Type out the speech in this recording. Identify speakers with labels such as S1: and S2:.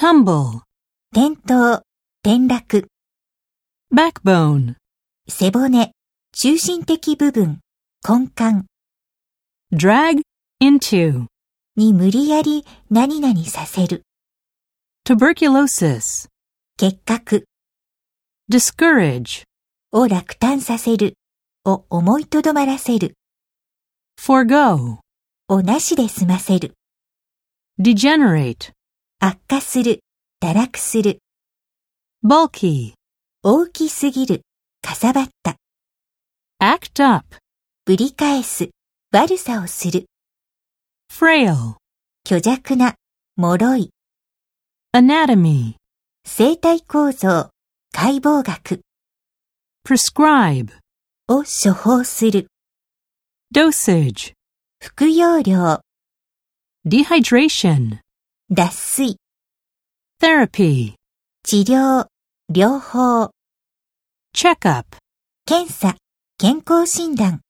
S1: tumble,
S2: 転倒、転落、
S1: backbone,
S2: 背骨、中心的部分、根幹
S1: drag into,
S2: に無理やり何々させる、
S1: tuberculosis,
S2: 結核
S1: discourage,
S2: を落胆させる、を思いとどまらせる、
S1: forego,
S2: をなしで済ませる、
S1: degenerate,
S2: 悪化する、堕落する、
S1: bulky,
S2: 大きすぎる、かさばった、
S1: act up,
S2: ぶり返す、悪さをする、
S1: frail,
S2: 虚弱な、脆い、
S1: anatomy,
S2: 生体構造、解剖学
S1: prescribe,
S2: を処方する、
S1: dosage,
S2: 服用量、
S1: dehydration,
S2: 脱水、
S1: therapy,
S2: 治療、療法、
S1: checkup.
S2: 検査、健康診断。